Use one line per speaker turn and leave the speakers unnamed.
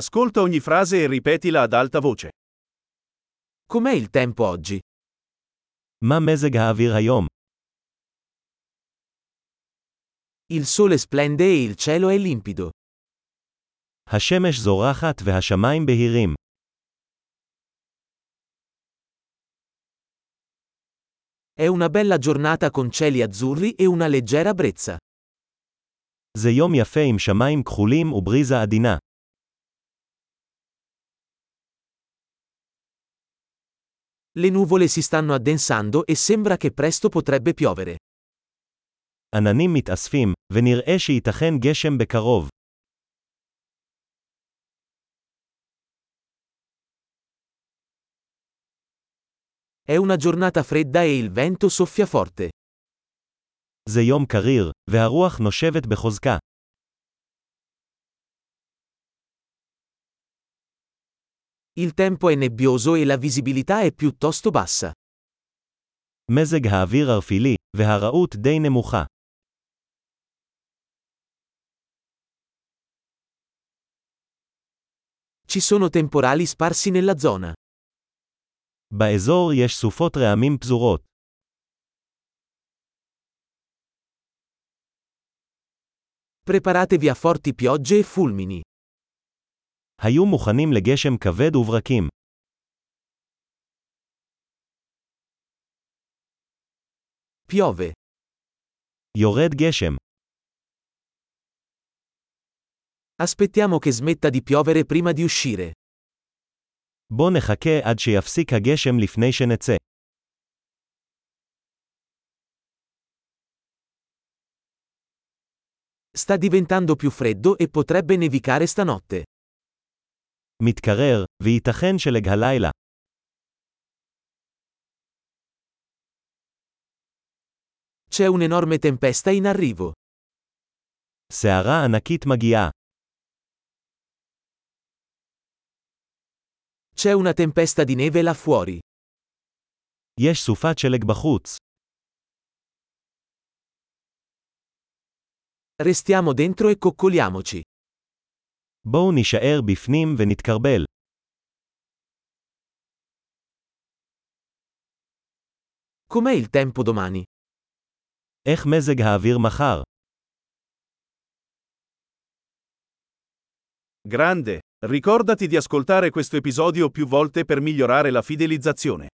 Ascolta ogni frase e ripetila ad alta voce.
Com'è il tempo oggi?
מה מזג האוויר היום?
Il sole splende e il cielo è limpido.
השמש זורחת והשמיים בהירים.
È una bella giornata con cieli azzurri e una leggera brezza.
זה יום יפה עם שמיים כחולים ובריזה עדינה.
Le nuvole si stanno addensando e sembra che presto potrebbe piovere.
עננים מתאספים, ונראה שייתכן גשם בקרוב.
È una giornata fredda e il vento soffia forte.
זה יום קריר, והרוח נושבת בחוזקה.
Il tempo è nebbioso e la visibilità è piuttosto bassa.
מזג האוויר ערפילי, והרעות די נמוכה.
Ci sono temporali sparsi nella zona.
באזור יש סופות רעמים פזורות.
Preparatevi a forti piogge e fulmini.
היו מוכנים לגשם כבד וברקים.
Piove.
יורד גשם.
Aspettiamo che smetta di piovere prima di uscire.
בוא נחכה עד שיפסיק הגשם לפני שנצא.
Sta diventando più freddo e potrebbe nevicare stanotte.
מתקרר, וייתכן שלג הלילה.
C'è un'enorme tempesta in arrivo.
סערה ענקית מגיעה.
C'è una tempesta di neve là fuori.
יש סופת שלג בחוץ.
Restiamo dentro e coccoliamoci.
בואו נישאר בפנים ונתקרבל.
Com'è il tempo domani?
איך מזג האוויר מחר?
Grande, ricordati di ascoltare questo episodio più volte per migliorare la fidelizzazione.